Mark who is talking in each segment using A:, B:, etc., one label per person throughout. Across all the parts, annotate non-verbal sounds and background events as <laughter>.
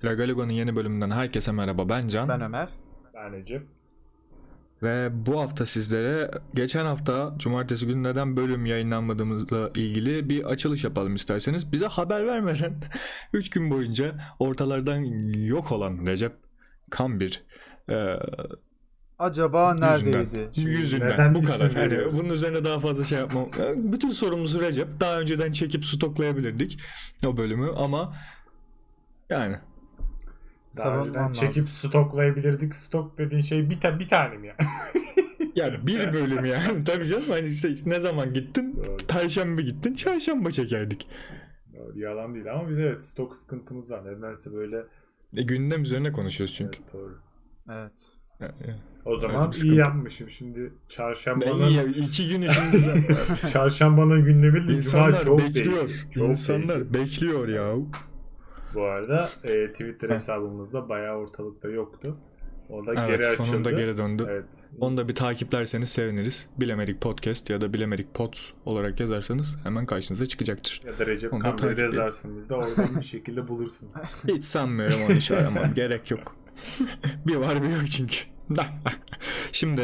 A: Gagaligo'nun yeni bölümünden herkese merhaba ben Can
B: Ben Ömer.
C: tanecim.
A: ve bu hafta sizlere geçen hafta cumartesi günü neden bölüm yayınlanmadığımızla ilgili bir açılış yapalım isterseniz. Bize haber vermeden <laughs> 3 gün boyunca ortalardan yok olan Recep Kambir eee
B: Acaba
A: Yüzünden.
B: neredeydi?
A: yüzünden
C: Şey, neden
A: bu kadar.
C: isim
A: Hani
C: veriyoruz?
A: bunun üzerine daha fazla şey yapmam.
C: <laughs>
A: Bütün sorumuzu Recep daha önceden çekip stoklayabilirdik o bölümü ama yani
C: Daha önceden
B: Savunmam
C: çekip
B: lazım.
C: stoklayabilirdik. Stok dediğin şey bir, ta- bir tane mi ya?
A: Yani bir bölüm yani. Tabii canım hani işte ne zaman gittin?
C: <laughs> Doğru.
A: Perşembe gittin. Çarşamba çekerdik.
C: Doğru, Yalan değil ama biz evet stok sıkıntımız var. Nedense böyle.
A: E, gündem üzerine konuşuyoruz çünkü.
C: Evet, doğru.
B: Evet.
A: Yani-
C: O
A: Öyle
C: zaman
A: bir
C: iyi
A: sıkıntı.
C: yapmışım. Şimdi <laughs>
A: Ben
C: çarşambanın
A: iyi ya, iki gün
C: <laughs>
A: içinde
C: çarşambanın gündemi değil. Cuma
A: insanlar
C: çok
A: bekliyor.
C: değişik. Çok
A: insanlar
C: değişik.
A: bekliyor ya.
C: Bu arada e, Twitter
A: Heh.
C: hesabımızda bayağı ortalıkta yoktu. O da
A: Evet
C: geri açıldı.
A: sonunda geri döndü.
C: Evet.
A: Onu da bir takiplerseniz seviniriz. Bilemedik podcast ya da bilemedik pot olarak yazarsanız hemen karşınıza <laughs> çıkacaktır.
C: Ya da Recep
A: Onu da takip
C: Kamber'i
A: edin.
C: yazarsınız da oradan bir şekilde bulursunuz.
A: Hiç sanmıyorum onu hiç <laughs> aramam. Gerek yok. bir var bir yok çünkü. <laughs> Şimdi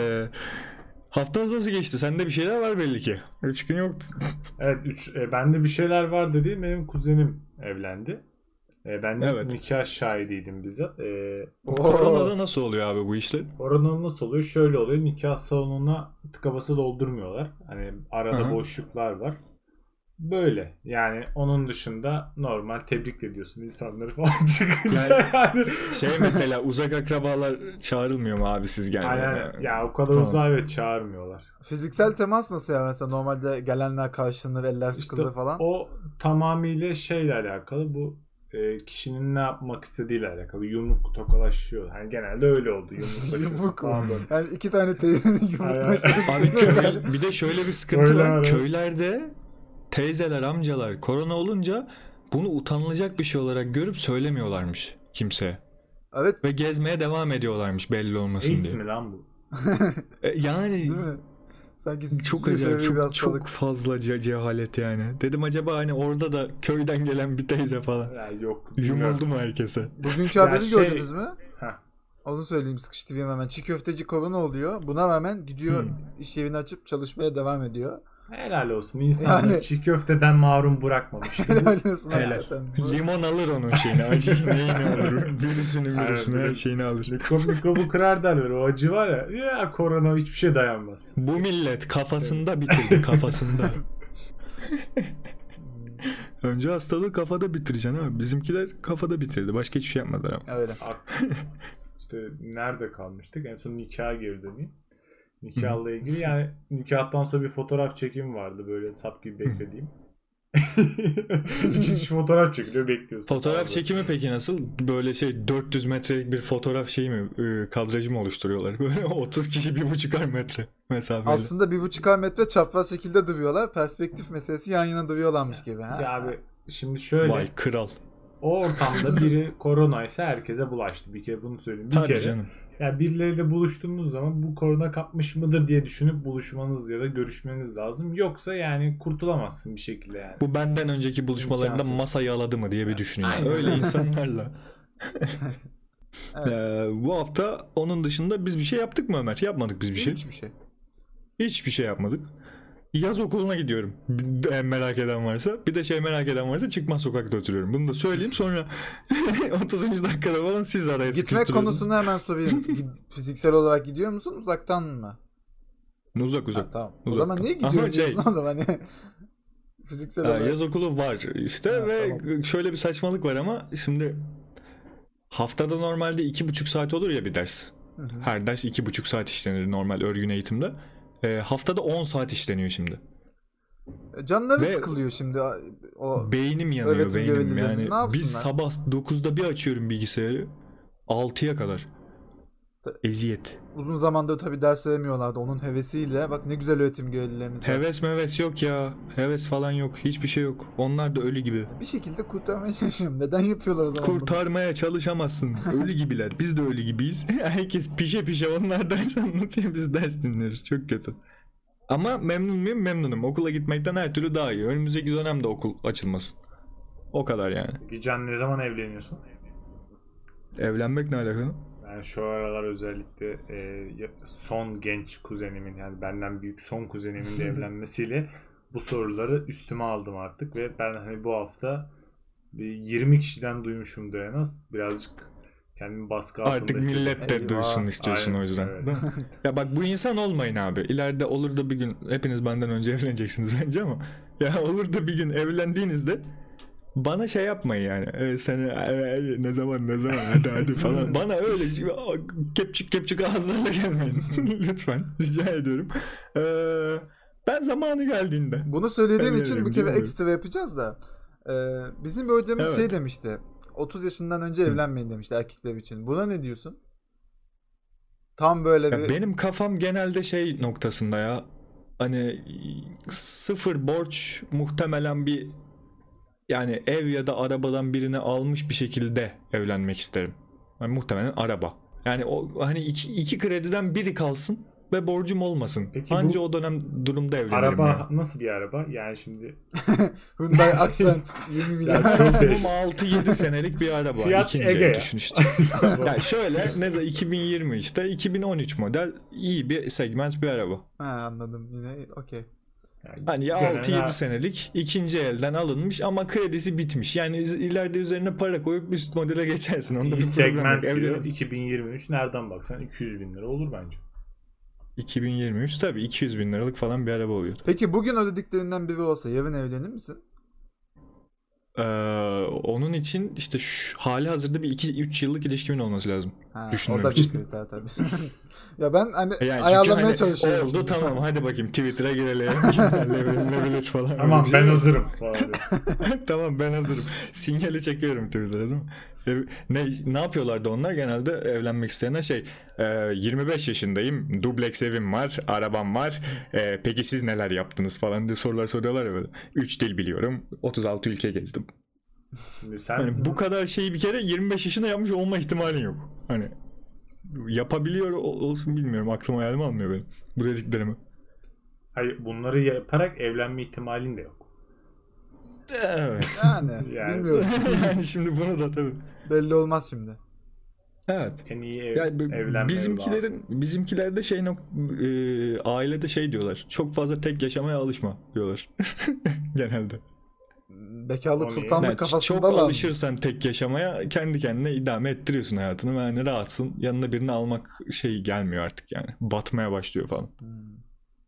A: haftanız nasıl geçti? Sende bir şeyler var belli ki. Üç gün yoktu.
C: Evet üç, e, bende bir şeyler var dediğim benim kuzenim evlendi. E, ben de
A: Evet.
C: nikah şahidiydim bize. E,
A: Koronada nasıl oluyor abi bu işler?
C: oranın nasıl oluyor? Şöyle oluyor. Nikah salonuna tıka basa doldurmuyorlar. Hani arada
A: Hı hı.
C: boşluklar var. Böyle. Yani onun dışında normal tebrik ediyorsun insanları falan <laughs> çıkınca.
A: Yani- <laughs>
C: Yani,
A: Şey mesela uzak akrabalar çağrılmıyor mu abi siz gelmeye?
C: Aynen. Ya o kadar
A: e, Tamam.
C: uzağa evet çağırmıyorlar.
B: Fiziksel temas nasıl ya mesela normalde gelenler karşılanır, eller sıkılır falan.
C: O tamamıyla şeyle alakalı bu e, kişinin ne yapmak istediğiyle alakalı. Yumruk tokalaşıyor. Yani genelde öyle oldu. Yumruklaşıyor
B: Yumruk.
C: falan böyle.
B: Yani iki tane teyzenin <laughs> yumruklaştığı
A: Abi köy, bir de şöyle bir sıkıntı
C: Öyle
A: var.
C: abi.
A: Köylerde teyzeler, amcalar korona olunca bunu utanılacak bir şey olarak görüp söylemiyorlarmış kimseye.
B: Evet
A: Ve gezmeye devam ediyorlarmış belli olmasın
C: AIDS
A: diye.
C: mi lan bu?
A: E, Yani
B: değil mi? Sanki
A: Çok
B: sürekli
A: acayip
B: bir
A: çok,
B: hastalık.
A: çok fazla ce- cehalet yani. Dedim acaba hani orada da köyden gelen bir teyze falan.
C: Ya yok.
A: Yumuldu mu herkese?
B: Bugünkü
C: Ya
B: haberi
C: şey-
B: gördünüz mü?
C: Heh.
B: Onu söyleyeyim sıkıştırayım hemen. Çiğ köfteci korona oluyor. Buna rağmen gidiyor
A: Hmm.
B: iş yerini açıp çalışmaya devam ediyor.
C: Helal olsun. İnsanları
B: Yani-
C: çiğ köfteden mahrum bırakmamıştı. Bu-
B: <laughs> Helal olsun
C: Helal.
B: hakikaten. Bu-
A: Limon alır onun şeyini. <laughs> Aşı neyini alır? Virüsünü
C: Evet,
A: virüsünü her
C: evet.
A: şeyini alır.
C: Mikro, mikrobu kırar derler. O acı var ya. Ya korona hiçbir şey dayanmaz.
A: Bu millet kafasında bitirdi kafasında. <laughs> Önce hastalığı kafada bitireceksin abi. Bizimkiler kafada bitirdi. Başka hiçbir şey yapmadılar ama.
B: Öyle.
A: <laughs>
C: Ak- işte nerede kalmıştık? En son nikaha geri döneyim. Nikahla ilgili yani nikahtan sonra bir fotoğraf çekimi vardı böyle sap gibi beklediğim. <laughs> Üç kişi fotoğraf çekiliyor bekliyorsun.
A: Fotoğraf
C: Abi.
A: çekimi peki nasıl? Böyle şey 400 metrelik bir fotoğraf şeyi mi? e, Kadrajı mı oluşturuyorlar? <laughs> Böyle 30 kişi 1,5 metre mesafeli.
B: Aslında bir buçuk ay metre çapraz şekilde duruyorlar. Perspektif meselesi yan yana duruyorlarmış gibi. Ha?
C: Ya abi şimdi şöyle
A: Vay kral.
C: o ortamda biri koronaysa herkese bulaştı. Bir kere bunu söyleyeyim. Bir
A: Tabii
C: kere.
A: canım.
C: Yani birileriyle buluştuğunuz zaman bu korona kapmış mıdır diye düşünüp buluşmanız ya da görüşmeniz lazım. Yoksa yani kurtulamazsın bir şekilde yani.
A: Bu benden önceki buluşmalarında
C: İmkansız.
A: masa yaladı mı diye bir düşünün. yani.
C: Aynen.
A: Öyle insanlarla.
B: Evet.
A: Ee, bu hafta onun dışında biz bir şey yaptık mı Ömer? Yapmadık biz bir şey.
B: Hiçbir şey.
A: Hiçbir şey yapmadık. Yaz okuluna gidiyorum. Bir- e, merak eden varsa. Bir de şey merak eden varsa çıkmaz sokakta oturuyorum. Bunu da söyleyeyim sonra <laughs> 30. dakikada falan siz araya
B: Gitme
A: sıkıştırıyorsunuz.
B: konusunu
A: <laughs>
B: hemen sorayım. Gid- Fiziksel olarak gidiyor musun uzaktan mı?
A: Uzak uzak.
B: Ha, tamam. O
A: Uzaktan.
B: zaman niye
A: Ama
B: gidiyorsun
A: şey-
B: diyorsun <laughs> oğlum hani. Fiziksel
A: Ha,
B: olarak.
A: yaz okulu var işte
B: Ha,
A: ve
B: tamam.
A: şöyle bir saçmalık var ama şimdi haftada normalde iki buçuk saat olur ya bir ders.
B: Hı hı.
A: Her ders iki buçuk saat işlenir normal örgün eğitimde. Ee, haftada 10 saat işleniyor şimdi.
B: E, Canları
A: Ve-
B: sıkılıyor şimdi. O
A: Beynim yanıyor
B: Öğretim
A: beynim
B: görevlilerinin
A: yani.
B: ne yapsınlar?
A: Bir sabah 9'da bir açıyorum bilgisayarı. 6'ya kadar. Eziyet.
B: uzun zamandır tabii ders veremiyorlardı. Onun hevesiyle. Bak ne güzel öğretim görevlilerimiz var.
A: Heves meves yok ya. Heves falan yok. Hiçbir şey yok. Onlar da ölü gibi.
B: Bir şekilde kurtarmaya çalışıyorum. Neden yapıyorlar o zaman bunu?
A: Kurtarmaya çalışamazsın. Ölü gibiler. Biz de ölü gibiyiz. <laughs> Herkes pişe pişe onlar ders anlatıyor. Biz ders dinliyoruz. Çok kötü. Ama memnun muyum? Memnunum. Okula gitmekten her türlü daha iyi. Önümüzdeki dönemde okul açılmasın. O kadar yani.
C: Peki Can ne zaman evleniyorsun?
A: Evlenmek ne alakalı?
C: Yani şu aralar özellikle e, ya- son genç kuzenimin yani benden büyük son
A: <laughs>
C: kuzenimin de evlenmesiyle bu soruları üstüme aldım artık ve ben hani bu hafta bir 20 kişiden duymuşum en az. Birazcık kendimi baskı altında
A: Artık
C: hissediyorum.
A: millet de
B: Eyvah.
A: duysun istiyorsun
C: Aynen,
A: o yüzden.
C: evet.
A: Değil mi? <laughs> ya bak bu insan olmayın abi. İleride olur da bir gün hepiniz benden önce <laughs> evleneceksiniz bence ama ya olur da bir gün evlendiğinizde bana şey yapmayın yani. E, seni e, e, ne zaman ne zaman hadi hadi
C: <laughs>
A: falan. bana öyle şey- a- kepçik kepçik ağızlarla gelmeyin. <laughs> Lütfen rica ediyorum. E, ben zamanı geldiğinde.
B: Bunu söylediğim
A: Ben
B: için
A: veririm,
B: bu kere
A: bilmiyorum.
B: ekstra yapacağız da. Ee, bizim bir hocamız
A: Evet.
B: şey demişti. 30 yaşından önce evlenmeyin demişti erkekler için. Buna ne diyorsun? Tam böyle
A: Ya
B: bir
A: benim kafam genelde şey noktasında ya. Hani sıfır borç muhtemelen bir yani ev ya da arabadan birini almış bir şekilde evlenmek isterim. Yani muhtemelen araba. Yani o hani iki, iki krediden biri kalsın ve borcum olmasın.
C: Peki
A: Anca
C: bu-
A: o dönem durumda evlenirim.
C: Araba
A: yani.
C: nasıl bir araba? Yani şimdi
B: Hyundai <laughs> Accent 20 milyar.
C: Ya çok
A: Maksimum
C: sevdim.
A: 6-7 senelik bir araba.
C: Fiat
A: İkinci
C: Ege
A: el
C: ya.
A: düşün
C: <laughs>
A: işte. yani şöyle ne zaman 2020 işte 2013 model iyi bir segment bir araba.
B: ha, anladım yine okey.
C: yani
A: Hani ya
C: genel
A: 6-7
C: ha-
A: senelik ikinci elden alınmış ama kredisi bitmiş. Yani üz- ileride üzerine para koyup üst modele geçersin. Onda bir
C: bir
A: problem yok.
C: segment diyor.
A: Evlenir.
C: 2023 nereden baksan 200 bin lira olur bence.
A: 2023 tabii 200 bin liralık falan bir araba oluyor.
B: Peki bugün ödediklerinden biri olsa yarın evlenir misin?
A: Ee, onun için işte şu, hali hazırda bir 2-3 yıllık ilişkimin olması lazım.
B: Ha, o
A: Düşünmüyorum.
B: da bir kriter tabii. <laughs> ya ben hani
A: E Yani çünkü
B: ayarlamaya
A: hani
B: çalışıyorum.
A: Oldu <laughs> tamam hadi bakayım Twitter'a girelim.
C: <laughs>
A: kimlerle evlenilebilir falan.
C: Tamam
A: Öyle bir
C: ben
A: şey. <laughs>
C: hazırım. falan diyor.
A: tamam ben hazırım. Sinyali çekiyorum Twitter'a değil mi? Ev- Ne, ne yapıyorlardı onlar genelde evlenmek isteyenler şey e, 25 yaşındayım dubleks evim var arabam var e, peki siz neler yaptınız falan diye sorular soruyorlar ya böyle 3 dil biliyorum 36 ülke gezdim.
C: Şimdi sen
A: Hani bu kadar şeyi bir kere 25 yaşında yapmış olma ihtimalin yok. Hani yapabiliyor ol- olsun bilmiyorum aklım hayalim almıyor benim bu dediklerimi.
C: Hayır, bunları yaparak evlenme ihtimalin de yok.
A: Evet.
B: Yani,
C: Yani.
B: bilmiyorum.
A: <laughs> yani şimdi bunu da tabii.
B: Belli olmaz şimdi.
A: Evet.
C: En iyi ev,
A: Ya b-
C: evlenme
A: bizimkilerin bizimkilerde şey nok e, ailede şey diyorlar. Çok fazla tek yaşamaya alışma diyorlar <laughs> genelde.
B: Bekarlık
C: O niye?
A: Yani
B: sultanlık
A: ç- çok
B: kafasında lan.
A: alışırsan tek yaşamaya kendi kendine idame ettiriyorsun hayatını. ve Yani rahatsın. Yanına birini almak şey gelmiyor artık yani. Batmaya başlıyor falan.
B: Hmm.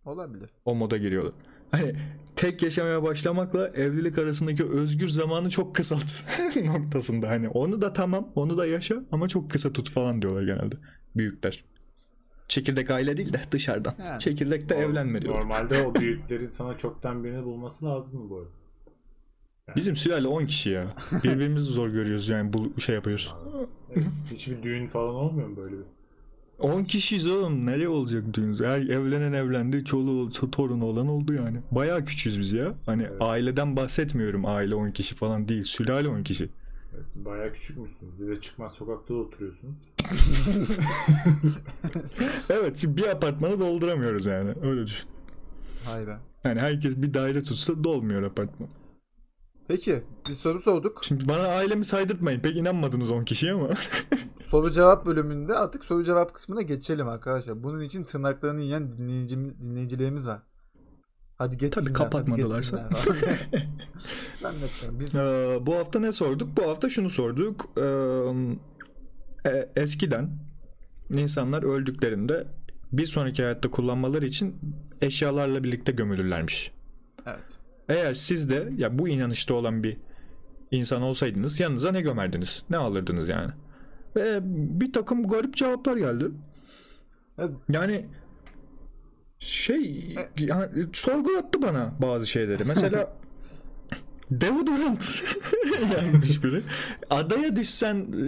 B: Olabilir.
A: O moda giriyorlar. Hani tek yaşamaya başlamakla evlilik arasındaki özgür zamanı çok kısalt <laughs> noktasında hani onu da tamam onu da yaşa ama çok kısa tut falan diyorlar genelde büyükler. Çekirdek aile değil de dışarıdan.
B: Yani.
A: Çekirdekte
C: Nor-
A: evlenme diyorlar.
C: Normalde
A: <laughs>
C: o büyüklerin sana çoktan birini bulması lazım mı bu arada?
A: Bizim sülale 10 kişi ya. Birbirimizi zor görüyoruz yani bu şey yapıyoruz.
C: Evet. Hiçbir düğün falan olmuyor mu böyle bir?
A: 10 kişiyiz oğlum nereye olacak düğün? Her evlenen evlendi, çoluğu to- torunu olan oldu yani. Bayağı küçüğüz biz ya. Hani
C: Evet.
A: aileden bahsetmiyorum aile 10 kişi falan değil. Sülale 10 kişi.
C: Evet, siz bayağı küçükmüşsünüz. Bir de çıkmaz sokakta da oturuyorsunuz.
A: Evet şimdi bir apartmanı dolduramıyoruz yani öyle düşün.
B: Hay be.
A: Yani herkes bir daire tutsa dolmuyor apartman.
B: Peki bir soru sorduk.
A: Şimdi bana ailemi saydırtmayın pek inanmadınız 10 kişiye ama.
B: Soru cevap bölümünde artık soru cevap kısmına geçelim arkadaşlar. Bunun için tırnaklarını yiyen dinleyicim, dinleyicilerimiz var. Hadi geçsinler.
A: Tabii
B: hadi
A: kapatmadılarsa.
B: geçsinler.
A: <laughs>
B: Zannetmiyorum. Biz
A: Ee, bu hafta ne sorduk? Bu hafta şunu sorduk. Ee, e, eskiden insanlar öldüklerinde bir sonraki hayatta kullanmaları için eşyalarla birlikte gömülürlermiş.
B: evet.
A: Eğer siz de ya bu inanışta olan bir insan olsaydınız yanınıza ne gömerdiniz? Ne alırdınız yani? Ve bir takım garip cevaplar geldi.
B: Evet.
A: Yani şey yani sorgulattı bana bazı şeyleri. Mesela deodorant <laughs> yazmış biri. Adaya düşsen e,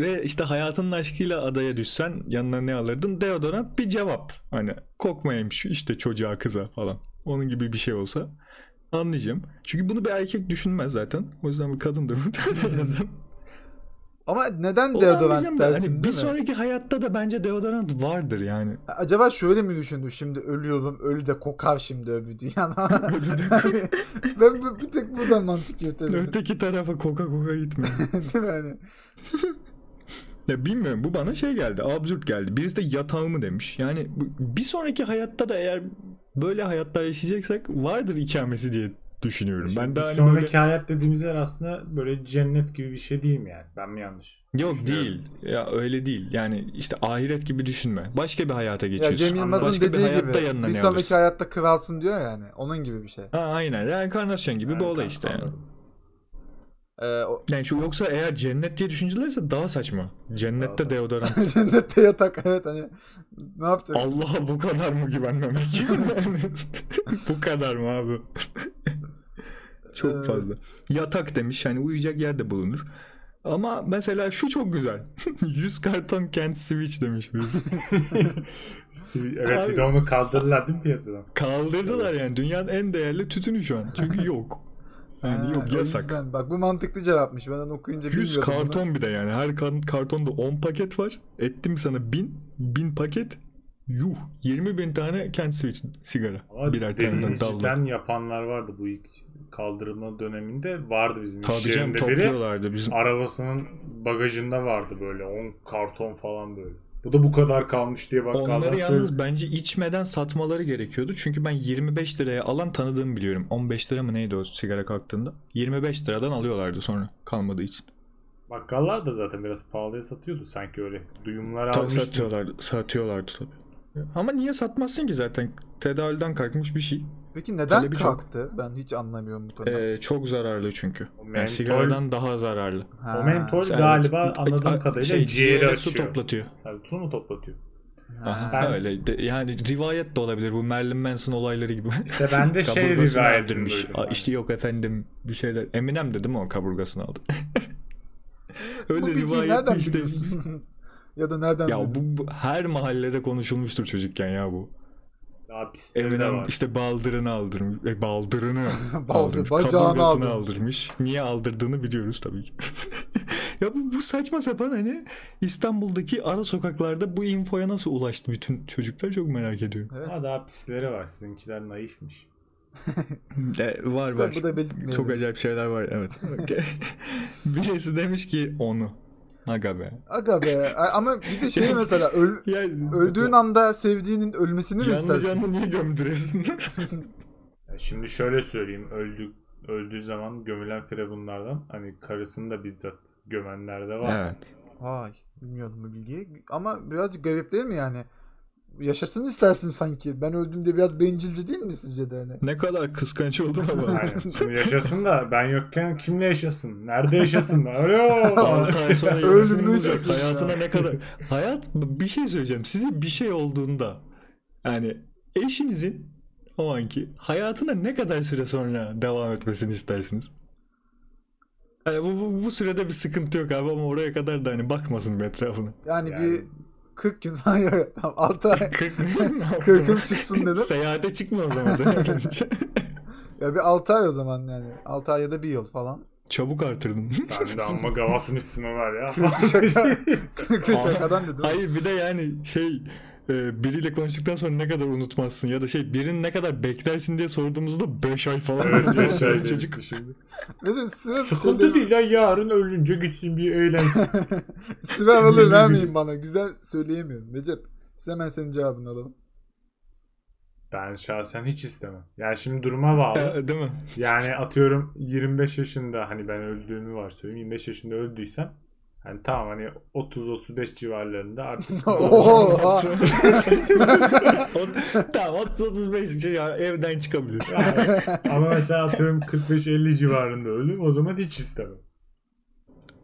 A: ve işte hayatının aşkıyla adaya düşsen yanına ne alırdın? Deodorant bir cevap. Hani kokmayayım şu işte çocuğa kıza falan. Onun gibi bir şey olsa anlayacağım. Çünkü bunu bir erkek düşünmez zaten. O yüzden bir kadındır
B: <laughs>
A: muhtemelen yazan.
B: Ama neden
A: Onu anlayacağım
B: deodorant
A: da.
B: dersin
A: Hani
B: değil
A: bir
B: mi?
A: sonraki hayatta da bence deodorant vardır
B: <laughs>
A: yani.
B: Acaba şöyle mi düşündü şimdi ölüyorum ölü de kokar şimdi öbür dünyada. <laughs> Hani ben bu- bir tek buradan mantık yürütebilirim. <laughs>
A: Öteki tarafa koka koka gitme.
B: Değil mi hani?
A: Ya bilmiyorum bu bana şey geldi absürt geldi. Birisi de yatağımı demiş. Yani bu- bir sonraki hayatta da eğer böyle hayatlar yaşayacaksak vardır ikamesi diye düşünüyorum. ben
C: bir
A: daha hani
C: sonraki
A: böyle...
C: hayat dediğimiz yer aslında böyle cennet gibi bir şey değil mi yani? Ben mi yanlış?
A: Yok
C: düşünüyorum?
A: değil. Ya öyle değil. Yani işte ahiret gibi düşünme. Başka bir hayata
B: Ya
A: geçiyorsun.
B: Cem Yılmaz'ın
A: Başka bir
B: dediği
A: hayatta yanına
B: gibi bir
A: ne
B: sonraki
A: alırsın?
B: hayatta kralsın diyor yani. Onun gibi bir şey.
A: Ha, aynen reenkarnasyon gibi bir
C: Yani
A: olay işte yani.
C: anladım.
B: Ee, o...
A: Yani şu yoksa eğer cennet diye düşüncelerse daha saçma. Cennette
C: Daha saçma.
A: deodorant.
B: <laughs> Cennette yatak evet hani ne yapacak?
A: Allah'a bu kadar mı güvenmemek? <laughs> bu kadar mı abi?
B: Ee,
A: Çok fazla. Yatak demiş yani uyuyacak yerde bulunur. Ama mesela şu çok güzel. <laughs> 100 karton kent switch demiş birisi.
C: Sivi- evet
A: Abi-
C: bir de onu kaldırdılar değil mi piyasadan?
A: Kaldırdılar yani dünyanın en değerli tütünü şu an. Çünkü yok. Yani
B: Ha,
A: yok
B: o
A: yasak.
B: yüzden. bak bu mantıklı cevapmış. Ben onu okuyunca
A: 100
B: bilmiyordum. bunu.
A: karton bir de yani. Her kan- kartonda 10 paket var. Ettim sana 1000. 1000 paket. Yuh. 20 bin tane kent switch sigara.
C: Ama
A: Birer
C: dediğin
A: tane dallı.
C: cidden yapanlar vardı bu ilk kaldırma döneminde vardı bizim iş
A: Tabii canım
C: yerinde şey. biri.
A: topluyorlardı <laughs> bizim.
C: Arabasının bagajında vardı böyle 10 karton falan böyle. Bu da bu kadar kalmış diye bakkaldan
A: Onları
C: söylüyor.
A: yalnız bence içmeden satmaları gerekiyordu. Çünkü ben 25 liraya alan tanıdığımı biliyorum. 15 lira mı neydi o sigara kalktığında? 25 liradan alıyorlardı sonra kalmadığı için.
C: Bakkallar da zaten biraz pahalıya satıyordu sanki öyle. Duyumlar
A: Tabii
C: almıştı.
A: satıyorlardı, satıyorlardı tabii. Ama niye satmazsın ki zaten? Tedavülden kalkmış bir şey.
B: Peki neden
A: Talebi çok.
B: kalktı? Ben hiç anlamıyorum bu konuda.
A: Ee, çok zararlı çünkü.
C: O
A: Yani
C: mentol-
A: sigaradan daha zararlı.
B: Ha.
C: O mentol
A: Sen-
C: galiba
A: a-
C: anladığım
A: a-
C: kadarıyla
A: şey,
C: ciğeri,
A: ciğere su
C: açıyor.
A: toplatıyor.
C: Yani su mu toplatıyor?
A: Aha,
C: Ben-
A: öyle. De- yani rivayet de olabilir bu Marilyn Manson olayları gibi.
C: İşte
A: <laughs>
C: ben de şey
A: Kaburgasını
C: rivayetini
A: öldürmüş.
C: duydum
A: Aa,
C: ben.
A: İşte yok efendim bir şeyler. Eminem de değil mi o kaburgasını aldı? <laughs>
B: bu
A: öyle
B: bilgiyi
A: rivayet
B: nereden
A: işte.
B: biliyorsun? <laughs> ya da nereden
A: Ya
B: bildin?
A: bu, bu her mahallede konuşulmuştur çocukken ya bu.
C: Daha pisleri de
A: Eminem
C: var.
A: işte baldırını aldırmış. E, baldırını
B: <laughs> Baldır-
A: aldırmış.
B: bacağını
A: Kaburgasını aldırmış.
B: aldırmış.
A: Niye aldırdığını biliyoruz tabii ki. <laughs> ya bu, bu saçma sapan hani İstanbul'daki ara sokaklarda bu infoya nasıl ulaştı bütün çocuklar çok merak ediyorum.
B: Evet.
C: Ama daha pisleri var. Sizinkiler naifmiş.
A: E, var var.
B: Tabii bu da belirtmeyelim.
A: Çok acayip şeyler var evet. Okey. <laughs> Birisi demiş ki onu. Aga be.
B: Aga be. A- Ama bir
A: <laughs>
B: de şey mesela öl,
A: Ya,
B: öldüğün anda sevdiğinin ölmesini mi
A: canlı
B: istersin?
A: canlı niye gömdürüyorsun?
C: Ya şimdi şöyle söyleyeyim. Öldük, öldüğü zaman gömülen firavunlardan hani karısını da bizzat gömenler de var.
A: evet.
B: Vay. Bilmiyordum bu bilgiyi. Ama birazcık garip değil mi yani? Yaşasın istersin sanki. Ben öldüm diye biraz bencilce değil mi sizce de hani?
A: Ne kadar kıskanç oldum ama.
C: Aynen. Şimdi yaşasın da ben yokken kimle yaşasın?
A: <laughs>
C: Nerede yaşasın? Alo!
A: 6 ay
B: <laughs>
A: sonra yarısını
B: Ölmüşsün
A: bulacak.
B: ya.
A: Hayatına ne kadar... Hayat bir şey söyleyeceğim. Size bir şey olduğunda yani eşinizin o anki hayatına ne kadar süre sonra devam etmesini istersiniz? Yani bu, bu, bu sürede bir sıkıntı yok abi ama oraya kadar da hani bakmasın bir
B: <laughs>
A: etrafına.
B: Yani,
C: Yani-
B: bir 40 gün falan <laughs> ya. Tamam 6 ay.
A: 40
B: Kırkım çıksın dedim.
A: Seyahate çıkma o zaman
B: <laughs>
A: sen önce.
B: Ya bir 6 ay o zaman yani. 6 ay ya da bir yıl falan.
A: Çabuk artırdın.
C: Sen de amma gavatmışsın Ömer ya. <laughs>
B: Şaka. Şakadan dedim.
A: Hayır bir de yani şey e, biriyle konuştuktan sonra ne kadar unutmazsın ya da şey birini ne kadar beklersin diye sorduğumuzda 5 ay falan.
C: <laughs> evet yaşar
A: Böyle
C: demişti
A: Çocuk
C: şimdi.
B: Ve de süre,
C: Sıkıntı
B: Sıkıntı
C: değil ya yarın ölünce gitsin bir eğlensin.
B: Süre aralığı vermeyin bana. Güzel söyleyemiyorum. Recep. Biz hemen senin cevabını
C: <laughs>
B: alalım.
C: Ben şahsen hiç istemem. Yani şimdi duruma bağlı.
A: E, değil mi?
C: Yani atıyorum 25 yaşında hani ben öldüğümü varsayıyorum. 25 yaşında öldüysem hani tamam hani 30-35 civarlarında
A: <laughs>
C: artık
B: Oha.
A: O, tamam 35 için şey ya evden çıkabilir.
C: ama mesela atıyorum 45-50 civarında öldüm o zaman hiç istemem.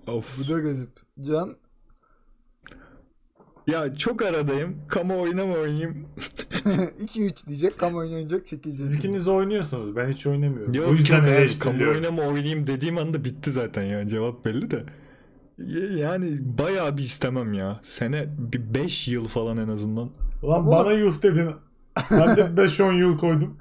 A: of.
B: Bu da garip. Can. <laughs>
A: Ya çok aradayım. Kamu oynama oynayayım.
B: 2-3 diyecek. Kamuoyuna oynayacak çekileceğiz.
C: Siz ikiniz oynuyorsunuz ben hiç oynamıyorum.
A: Yok
C: o yüzden
A: yok abi, kamu
C: eleştiriliyorum.
A: oynama oynayayım dediğim anda bitti zaten yani cevap belli de. Y- Yani bayağı bir istemem ya. Sene bir 5 yıl falan en azından.
C: Ulan
B: Ama-
C: bana yuh dedin. Ben de
A: <laughs>
C: 5-10 yıl koydum.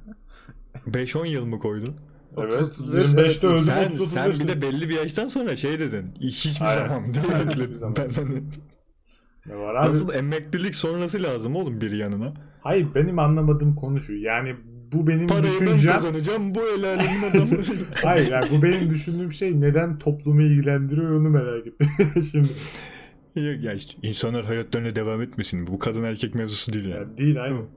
A: 5-10 yıl mı koydun?
C: Evet.
B: 35,
C: 25'te
B: evet.
C: öldüm.
A: Sen
C: 30,
A: sen bir de belli bir yaştan sonra şey dedin. Hiçbir
C: Aynen.
A: zaman
C: Hiçbir zaman.
A: değil. Ben hani-
C: Ne var abi?
A: Nasıl emeklilik sonrası lazım oğlum bir yanına.
C: Hayır benim anlamadığım konu şu. Yani bu benim
A: Parayı ben
C: düşüncem.
A: kazanacağım bu el alemin adamı. <laughs>
C: Hayır yani bu benim düşündüğüm şey neden toplumu ilgilendiriyor onu merak ettim <laughs> şimdi.
A: Ya, ya işte insanlar hayatlarına devam etmesin. Bu kadın erkek mevzusu değil yani.
C: Ya değil aynı.
A: Yok.
C: Yok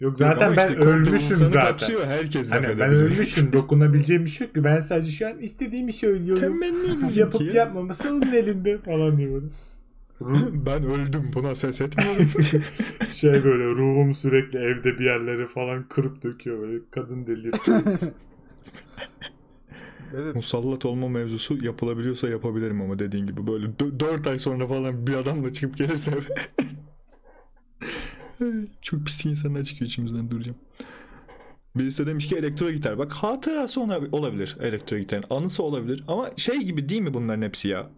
A: Yok
C: zaten
A: ama
C: ben
A: işte komple
C: ölmüşüm
A: insanı
C: zaten.
A: kapsıyor herkes laf
C: Hani ben
A: edebilir.
C: ölmüşüm dokunabileceğim bir şey yok ki. Ben sadece şu an istediğim işi ölüyorum. <laughs>
A: Temenni bizimki
C: Yapıp
A: ya.
C: yapmaması onun elinde falan diyor böyle. Ruh-
A: <laughs> Ben öldüm buna ses etmiyorum.
C: şey böyle ruhum sürekli evde bir yerleri falan kırıp döküyor böyle
A: <laughs>
C: kadın delirtiyor.
B: Evet.
A: Musallat olma mevzusu yapılabiliyorsa yapabilirim ama dediğin gibi böyle 4 ay sonra falan bir adamla çıkıp gelirse eve. <laughs> çok pislik insanlar çıkıyor içimizden duracağım. Birisi de demiş ki elektro gitar. Bak hatırası ona olabilir elektro gitarın. Anısı olabilir ama şey gibi değil mi bunların hepsi ya?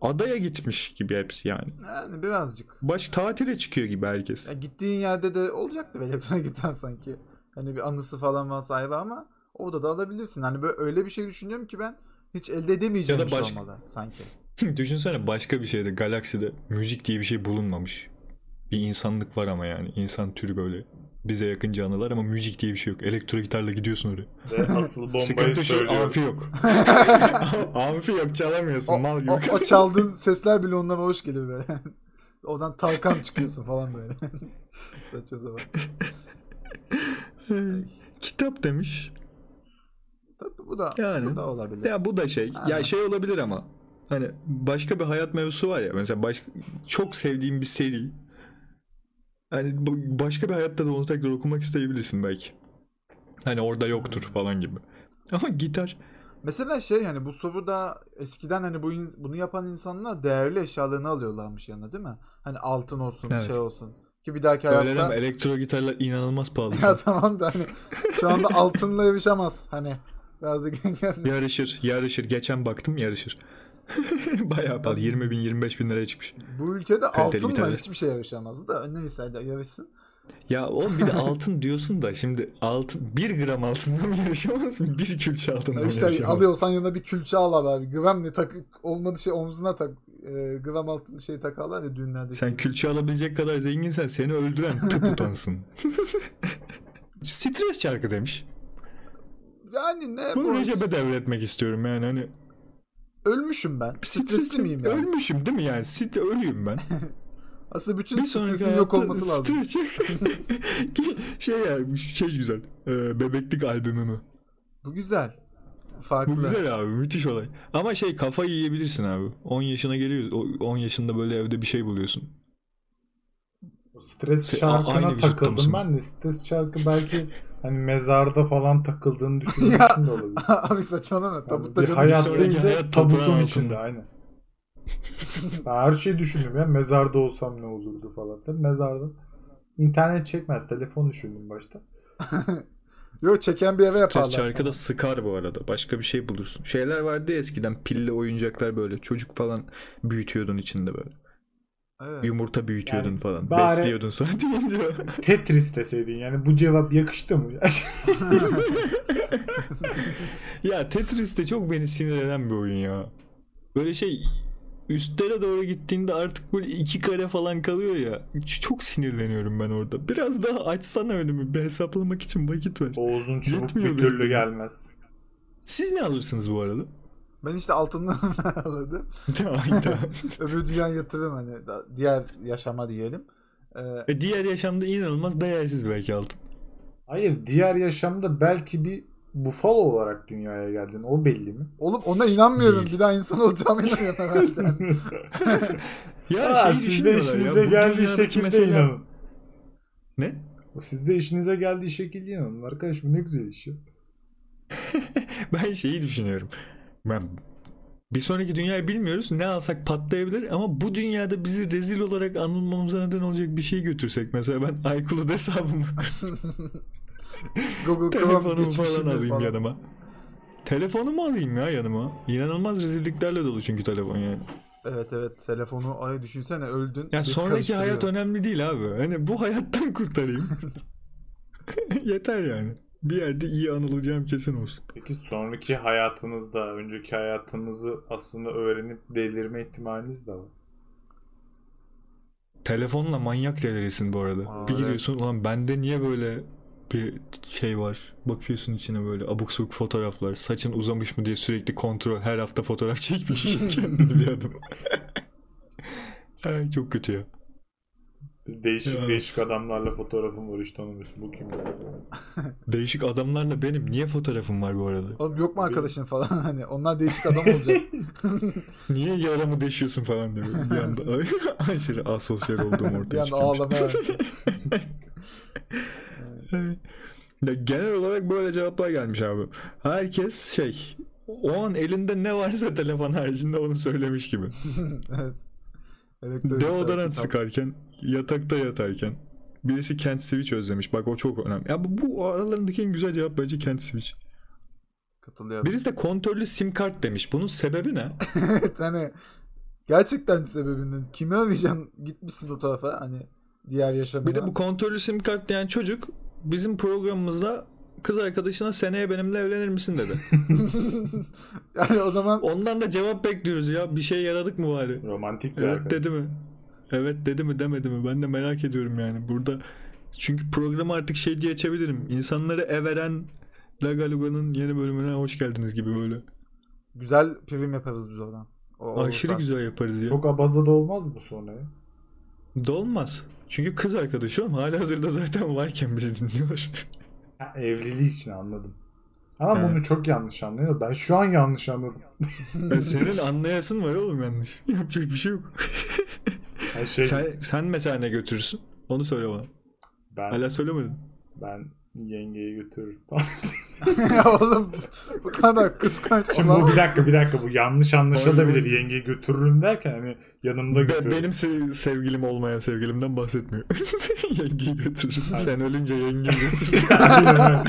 A: Adaya gitmiş gibi hepsi yani.
B: Yani birazcık.
A: Baş tatile çıkıyor gibi herkes.
B: Ya gittiğin yerde de <laughs> olacaktı be elektrona gitar sanki. Hani bir anısı falan var sahibi ama orada da alabilirsin. Hani böyle öyle bir şey düşünüyorum ki ben hiç elde edemeyeceğim
A: Ya
B: ya
A: da
B: da
A: başka-
B: olmalı
A: <laughs>
B: sanki.
A: Düşünsene başka bir şeyde galakside müzik diye bir şey bulunmamış. Bir insanlık var ama yani insan türü böyle bize yakın canlılar ama müzik diye bir şey yok. Elektro gitarla gidiyorsun oraya.
C: Ve asıl bombayı
A: Sıkıntı şu
C: söylüyor.
A: amfi yok. <laughs> amfi yok çalamıyorsun
B: O,
A: mal gibi.
B: o, o çaldığın sesler bile onlara hoş geliyor böyle. <laughs> Oradan Tarkan çıkıyorsun falan böyle. <laughs> Saçma sapan.
A: Kitap demiş.
B: Tabii bu da
A: Yani.
B: bu da olabilir.
A: Ya bu da şey.
B: Aynen.
A: Ya şey olabilir ama. Hani başka bir hayat mevzusu var ya. Mesela başka, çok sevdiğim bir seri. Hani bu- başka bir hayatta da onu tekrar okumak isteyebilirsin belki. Hani orada yoktur
B: Hmm.
A: falan gibi. Ama gitar
B: Mesela şey hani bu soruda eskiden hani bu in- bunu yapan insanlar değerli eşyalarını alıyorlarmış yanına değil mi? Hani altın olsun,
A: Evet.
B: şey olsun. Ki bir dahaki
A: öyle deme,
B: hayatta
A: elektro gitarlar inanılmaz pahalı.
B: <laughs> Ya tamam da hani şu anda altınla yarışamaz hani. Biraz da <laughs>
A: yarışır, yarışır. Geçen baktım yarışır. <laughs> Bayağı pahalı. 20 bin, 25 bin liraya çıkmış.
B: bu ülkede
A: Kaliteli
B: altınla
A: gitarlar.
B: hiçbir şey yarışamaz da neyse hadi yarışsın.
A: Ya oğlum bir de altın diyorsun da şimdi altın 1 gram altından <laughs> mı yarışamaz mı? 1 külçe altından
B: Ya
A: mı
B: işte
A: yarışamaz?
B: alıyorsan yanına bir külçe al abi abi. Gram ne tak olmadı şey omzuna tak. E, gram altın şey takarlar ya düğünlerde.
A: Sen külçe alabilecek kadar zenginsen seni
B: <laughs>
A: öldüren tıp utansın. Stres çarkı demiş.
B: yani ne
A: Bunu
B: bu?
A: Recep'e devretmek istiyorum yani hani.
B: Ölmüşüm ben. Stresli miyim ya?
A: Ölmüşüm değil mi yani? Sit ölüyüm ben.
B: Aslında bütün
A: Bir sonraki
B: stresin yok
A: hayatta
B: olması lazım.
A: Stres
B: <laughs>
A: çarkı. şey ya şey güzel. Ee, bebeklik albümü mü?
B: Bu güzel. Farklı.
A: Bu güzel abi müthiş olay. Ama şey kafayı yiyebilirsin abi. 10 yaşına geliyor. o- 10 yaşında böyle evde bir şey buluyorsun.
C: Stres
A: Se-
C: çarkına
A: Şey, aynı vücutta
C: takıldım
A: mısın?
C: ben de. Stres çarkı belki hani mezarda falan
A: <laughs>
C: takıldığını düşündüğüm
B: Ya.
C: için de olabilir.
B: <laughs> abi saçmalama. Tabutta
C: bir
B: canım
C: hayat
A: Sonraki
C: değil de
A: hayat toprağın
C: tabutun
A: altında.
C: içinde aynı. ben her şeyi düşündüm ya. Mezarda olsam ne olurdu falan. Tabii mezarda internet çekmez. Telefon
A: <laughs>
C: düşündüm başta.
B: Yok çeken bir eve yaparlar.
A: Stres çarkı da sıkar bu arada. Başka bir şey bulursun. Şeyler vardı ya eskiden pilli oyuncaklar böyle. Çocuk falan büyütüyordun içinde böyle.
B: Evet.
A: Yumurta büyütüyordun
C: Yani
A: falan.
C: bari-
A: Besliyordun sonra deyince.
C: Tetris deseydin yani bu cevap yakıştı mı? <laughs>
A: ya Tetris de çok beni sinir eden bir oyun ya. Böyle şey üstlere doğru gittiğinde artık böyle iki kare falan kalıyor ya. Ç- Çok sinirleniyorum ben orada. Biraz daha açsana önümü. Bir hesaplamak için vakit ver.
C: Oğuz'un çubuk
A: Yetmiyor
C: bir
A: benim.
C: türlü gelmez.
A: Siz ne alırsınız bu arada? <laughs>
B: Ben işte altından <laughs> alırdım.
A: Hayda.
B: Öbür dünya yatırım hani da- diğer yaşama diyelim. Ee,
A: E, Diğer yaşamda inanılmaz değersiz belki altın.
C: Hayır diğer yaşamda belki bir bufalo olarak dünyaya geldin. O belli mi?
B: oğlum ona inanmıyorum.
A: Değil.
B: Bir daha insan olacağıma inanıyorum herhalde. Hani
A: <laughs> Ya
C: Aa,
A: şey
C: siz
A: düşünmüyorlar
C: de
A: ya,
C: işinize
A: bu
C: geldiği
A: dünyadaki
C: şekilde
A: mesela-
C: inanın.
A: Ne?
C: Siz de işinize geldiği şekilde inanın. Arkadaşım ne güzel iş ya.
A: Ben şeyi düşünüyorum. Ben bir sonraki dünyayı bilmiyoruz. Ne alsak patlayabilir ama bu dünyada bizi rezil olarak anılmamıza neden olacak bir şey götürsek. Mesela ben iCloud hesabımı,
B: Google Chrome
A: telefonumu falan
B: geçmişimi
A: alayım
B: falan.
A: yanıma. Telefonumu alayım ya yanıma. İnanılmaz rezilliklerle dolu çünkü telefon yani.
B: Evet evet telefonu ay düşünsene öldün.
A: Ya
B: biz
A: sonraki hayat
B: karıştırıyor.
A: önemli değil abi. Hani bu hayattan <laughs> kurtarayım. Yeter yani. Bir yerde iyi anılacağım kesin olsun.
C: Peki sonraki hayatınızda, önceki hayatınızı aslında öğrenip delirme ihtimaliniz de var.
A: Telefonla manyak delirirsin bu arada.
B: Aa,
A: bir
B: evet.
A: giriyorsun ulan bende niye böyle bir şey var. Bakıyorsun içine böyle abuk sabuk fotoğraflar. Saçın <laughs> uzamış mı diye sürekli kontrol. Her hafta fotoğraf çekmiş kendini bir adam. <laughs> Ay, çok kötü ya.
C: Değişik
A: Ya.
C: değişik adamlarla fotoğrafım var hiç tanımıyorsun. Bu kim?
A: Değişik adamlarla benim niye fotoğrafım var bu arada?
B: Oğlum yok mu arkadaşın falan <laughs> hani onlar değişik adam
A: <laughs>
B: olacak. <laughs>
A: Niye yaramı deşiyorsun falan diyor. Bir
B: <laughs>
A: anda ay, aşırı asosyal olduğum
B: bir
A: ortaya
B: anda
A: çıkıyor. <laughs>
B: ağlamaya.
A: Ya genel olarak böyle cevaplar gelmiş abi. Herkes şey o an elinde ne varsa telefon haricinde onu söylemiş gibi.
B: evet. Elektro-
A: Deodorant
B: kitap.
A: sıkarken, yatakta yatarken. Birisi Kent Switch özlemiş. Bak o çok önemli. Ya bu, bu aralarındaki en güzel cevap bence Kent Switch.
B: Katılıyorum.
A: Birisi de kontörlü sim kart demiş. Bunun sebebi ne?
B: Evet hani gerçekten sebebinden kimi arayacaksın gitmişsin o tarafa hani diğer yaşamına.
A: Bir de bu kontörlü sim kart diyen çocuk bizim programımızda kız arkadaşına seneye benimle evlenir misin dedi.
B: <laughs> yani o zaman
A: Ondan da cevap bekliyoruz ya. Bir şey yaradık mı bari?
C: Romantik bir
A: Evet
C: arkadaş.
A: dedi mi? Evet dedi mi demedi mi? Ben de merak ediyorum yani. Burada çünkü programı artık şey diye açabilirim. İnsanları everen La Galuga'nın yeni bölümüne hoş geldiniz gibi böyle.
B: güzel prim yaparız biz oradan. O,
A: Aşırı
B: olursa.
A: güzel yaparız ya.
C: Çok abaza da olmaz mı sonra ya?
A: Dolmaz. Çünkü kız arkadaşı oğlum hala hazırda zaten varken bizi dinliyorlar.
C: Ha, evliliği için anladım. Ama
A: Evet.
C: bunu çok yanlış anlıyor. Ben şu an yanlış anladım.
A: Ya senin anlayasın var oğlum yanlış. Yapacak bir şey yok.
C: Her şey
A: Sen, sen mesela ne götürürsün? Onu söyle bana.
C: ben
A: Hala söylemedin.
C: ben yengeyi <laughs> götürürüm.
B: ya <laughs> oğlum bu kadar kıskanç
C: Şimdi bu
B: olamaz.
C: bir dakika bir dakika bu yanlış anlaşılabilir.
A: Oy, oy.
C: Yengeyi götürürüm derken hani yanımda
A: Be-
C: götürürüm.
A: benim se- sevgilim olmayan sevgilimden bahsetmiyor. <laughs> yengeyi götürürüm.
C: Aynen.
A: Sen ölünce yengeyi götürürüm.
B: <laughs>
C: <laughs> Aynen öyle.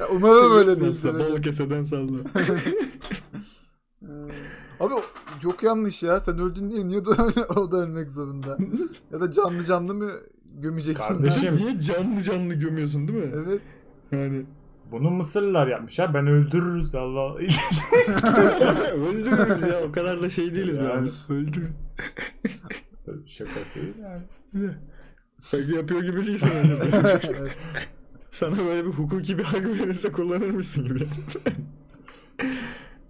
B: Ya Umarım öyle değil.
A: Nasılsa bol keseden salla.
B: Ee, Abi o- yok yanlış ya. Sen öldün diye niye da öyle, o da
A: <laughs>
B: ölmek zorunda? ya da canlı canlı mı gömeceksin?
C: Kardeşim.
A: Sen <laughs> niye canlı canlı gömüyorsun değil mi?
B: <laughs> Evet. <laughs>
A: Yani
C: Bunu Mısırlılar yapmış ya. Ben öldürürüz Allah. <laughs>
A: öldürürüz ya o kadar da şey değiliz yani.
C: Yani.
A: abi. Öldürürüz.
C: Tabii Şaka değil yani.
A: Bak yapıyor gibi değilsin
B: <laughs>
A: acaba.
B: Evet.
A: Sana böyle bir hukuki bir hak verirse kullanır mısın
B: <laughs>
A: gibi.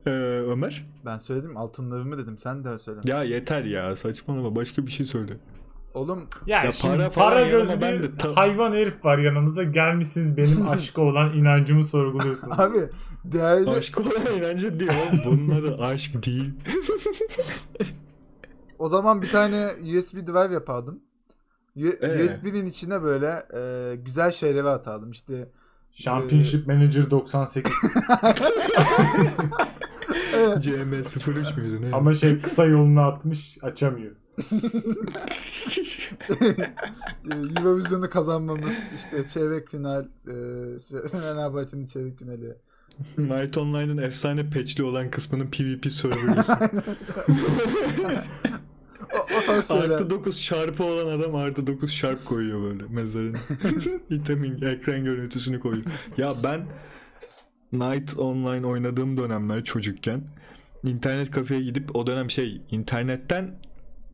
A: Ee, Ömer?
B: ben söyledim altınlarımı dedim. Sen de söyle.
A: Ya yeter ya saçmalama başka bir şey söyle.
B: Oğlum
C: Ya,
A: Ya
C: şimdi para,
A: para falan yanıma
C: gözlü
A: ben
C: bir
A: de ta-
C: hayvan herif var yanımızda.
A: <laughs>
C: Gelmişsiniz benim aşka olan inancımı sorguluyorsunuz.
B: abi değerli
A: Aşk olan inancı değil oğlum. şey. <laughs> Bunun adı aşk <laughs> değil.
B: O zaman bir tane USB drive yapardım.
A: Ee?
B: USB'nin içine böyle e, güzel şeyleri atardım. İşte
C: Championship
A: <laughs>
C: Manager 98.
B: e,
A: CM03 müydü ne?
C: Ama şey kısa yolunu atmış açamıyor.
B: e, Eurovision'u kazanmamız, işte çeyrek final, e, şey, <laughs> Fenerbahçe'nin çeyrek finali.
A: <laughs> Night Online'ın efsane patchli olan kısmının PvP <laughs> server'ı.
B: O, o tarz şeyler.
A: artı 9 çarpı olan adam artı 9 çarp koyuyor böyle <laughs> mezarına. İtemin ekran görüntüsünü koyuyor. Ya ben Night Online oynadığım dönemler çocukken internet kafeye gidip o dönem şey internetten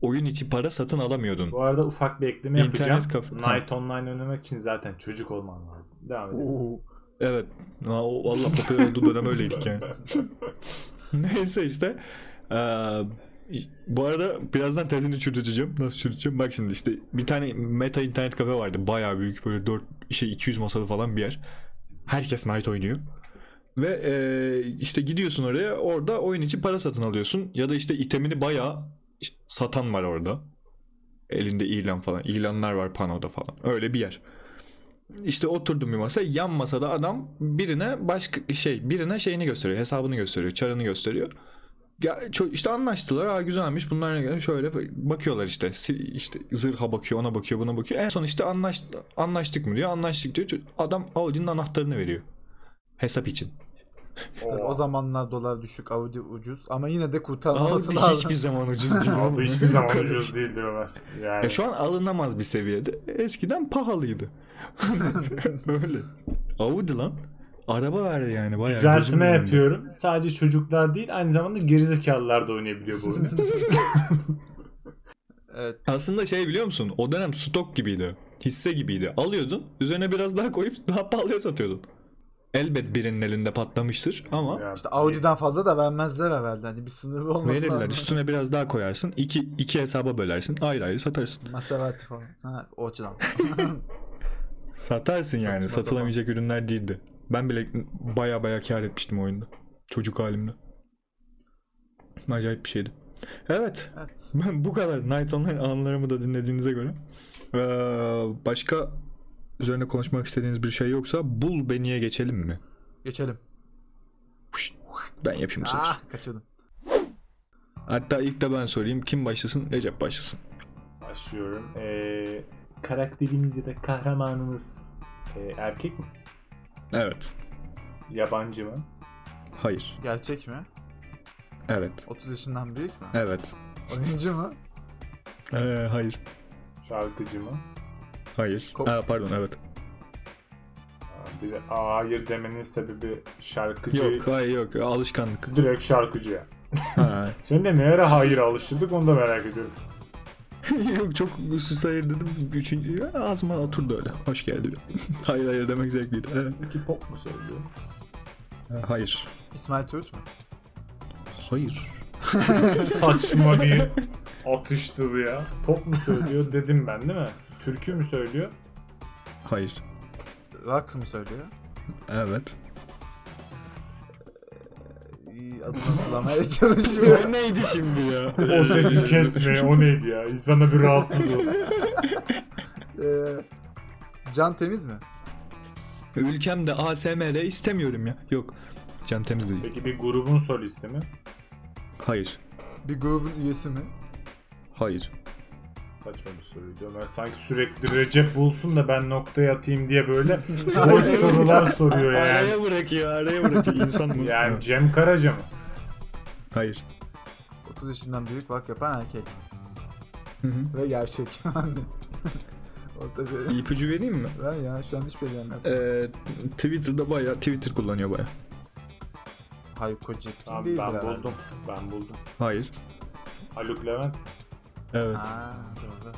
A: oyun içi para satın alamıyordun.
C: Bu arada ufak bir ekleme yapacağım.
A: İnternet kafe-
C: Night Online oynamak için zaten çocuk olman lazım. Devam edelim.
A: Evet. Ha, o- Valla popüler olduğu dönem öyleydik yani. Neyse işte. Eee bu arada birazdan tezini çürüteceğim. Nasıl çürüteceğim? Bak şimdi işte bir tane meta internet kafe vardı. Bayağı büyük böyle 4 şey 200 masalı falan bir yer. Herkes Night oynuyor. Ve eee, işte gidiyorsun oraya orada oyun için para satın alıyorsun. Ya da işte itemini bayağı satan var orada. Elinde ilan falan. ilanlar var panoda falan. Öyle bir yer. İşte oturdum bir masaya. Yan masada adam birine başka şey birine şeyini gösteriyor. Hesabını gösteriyor. Çarını gösteriyor. Ya ço- işte anlaştılar. Aa güzelmiş. Bunlar ne kadar?" şöyle bakıyorlar işte. Si- işte zırha bakıyor, ona bakıyor, buna bakıyor. En son işte anlaş anlaştık mı diyor. Anlaştık diyor. Ço- Adam Audi'nin anahtarını veriyor. Hesap için.
B: Tabii
C: Oo.
B: o zamanlar dolar düşük, Audi ucuz ama yine de kurtarılması
A: Audi
B: lazım.
A: hiçbir şey- zaman ucuz değil.
C: Abi
A: oğlum.
C: hiçbir zaman ucuz değil diyorlar. Yani.
A: Ya şu an alınamaz bir seviyede. Eskiden
C: <laughs>
A: pahalıydı. Öyle. Audi lan. Araba verdi yani bayağı. gözümün
C: Düzeltme
A: önünde.
C: yapıyorum. Sadece çocuklar değil aynı zamanda gerizekalılar da oynayabiliyor
A: <laughs>
C: bu oyunu.
B: Evet,
A: Aslında şey biliyor musun? O dönem <laughs> stok gibiydi. Hisse gibiydi. Alıyordun, üzerine biraz daha koyup daha pahalıya satıyordun. elbet birinin elinde patlamıştır ama
C: Ya,
B: İşte Audi'den fazla da vermezler herhalde. Hani bir sınırı olmasın.
A: verirler. Üstüne biraz daha koyarsın. İki, iki hesaba bölersin. Ayrı ayrı satarsın.
B: Maserati falan. Ha, o açıdan.
A: Satarsın yani.
B: Saçma
A: Satılamayacak ürünler değildi. Ben bile baya baya kar etmiştim oyunda. Çocuk halimde. Acayip bir şeydi. Evet.
B: evet.
A: Ben bu kadar Night Online anılarımı da dinlediğinize göre. Ee, başka üzerine konuşmak istediğiniz bir şey yoksa bul beni'ye geçelim mi?
B: Geçelim.
A: Huşt, Ben yapayım bu sefer.
B: Ah kaçırdım.
A: Hatta ilk de ben sorayım. Kim başlasın? Recep başlasın.
C: başlıyorum. Ee, karakterimiz ya da kahramanımız e, erkek mi?
A: Evet.
C: Yabancı mı?
A: Hayır.
B: Gerçek mi?
A: Evet.
B: 30 yaşından büyük mü?
A: Evet.
B: Oyuncu mu?
A: Ee, hayır.
C: Şarkıcı mı?
A: Hayır.
B: Ko-
A: Aa, pardon evet.
C: Aa, Bir de aa, hayır demenin sebebi şarkıcı.
B: Şey-
A: Yok hayır yok. Alışkanlık.
C: Direkt şarkıcı ya.
A: Ha.
C: Sen de ne ara hayır alıştırdık onu da merak ediyorum.
A: <laughs> yok çok üst hayır dedim. Üçüncü Ya, ağzıma oturdu öyle. Hoş geldi. <laughs> hayır hayır demek zevkliydi. Evet.
C: Peki pop mu söylüyor?
A: Hayır.
B: İsmail Türk mü?
A: Hayır.
C: Saçma bir atıştı bu ya. Pop mu söylüyor dedim ben değil mi? Türkü mü söylüyor?
A: Hayır.
B: Rock mı söylüyor?
A: Evet.
B: İyi, Adını hatırlamaya <laughs>
A: <laughs>
B: çalışıyor.
A: neydi şimdi ya?
C: O sesi kesme o neydi ya? İnsana bir rahatsız olsun.
B: Ee, can temiz mi?
A: Ülkemde ASMR istemiyorum ya. Yok. Can temiz değil.
C: Peki bir grubun solisti mi?
A: Hayır.
B: Bir grubun üyesi mi?
A: Hayır.
C: Saçma bir soruydu. Ömer sanki sürekli Recep bulsun da ben noktaya atayım diye böyle boş sorular soruyor yani.
A: Araya bırakıyor, araya bırakıyor. İnsan mı?
C: Yani Cem Karaca mı?
A: Hayır.
B: 30 yaşından büyük rock yapan erkek.
A: Hı hı.
B: Ve gerçek. <laughs> Orada bir...
A: İpucu vereyim mi?
B: Ben ya şu an hiçbir şey gelmedi.
A: Ee, Twitter'da bayağı Twitter kullanıyor bayağı.
B: Hayır Kocik
C: Tamam
B: değildir
C: ben
B: herhalde.
C: buldum. Ben buldum.
A: Hayır.
C: Haluk Levent.
A: Evet.
B: Ha, doğru.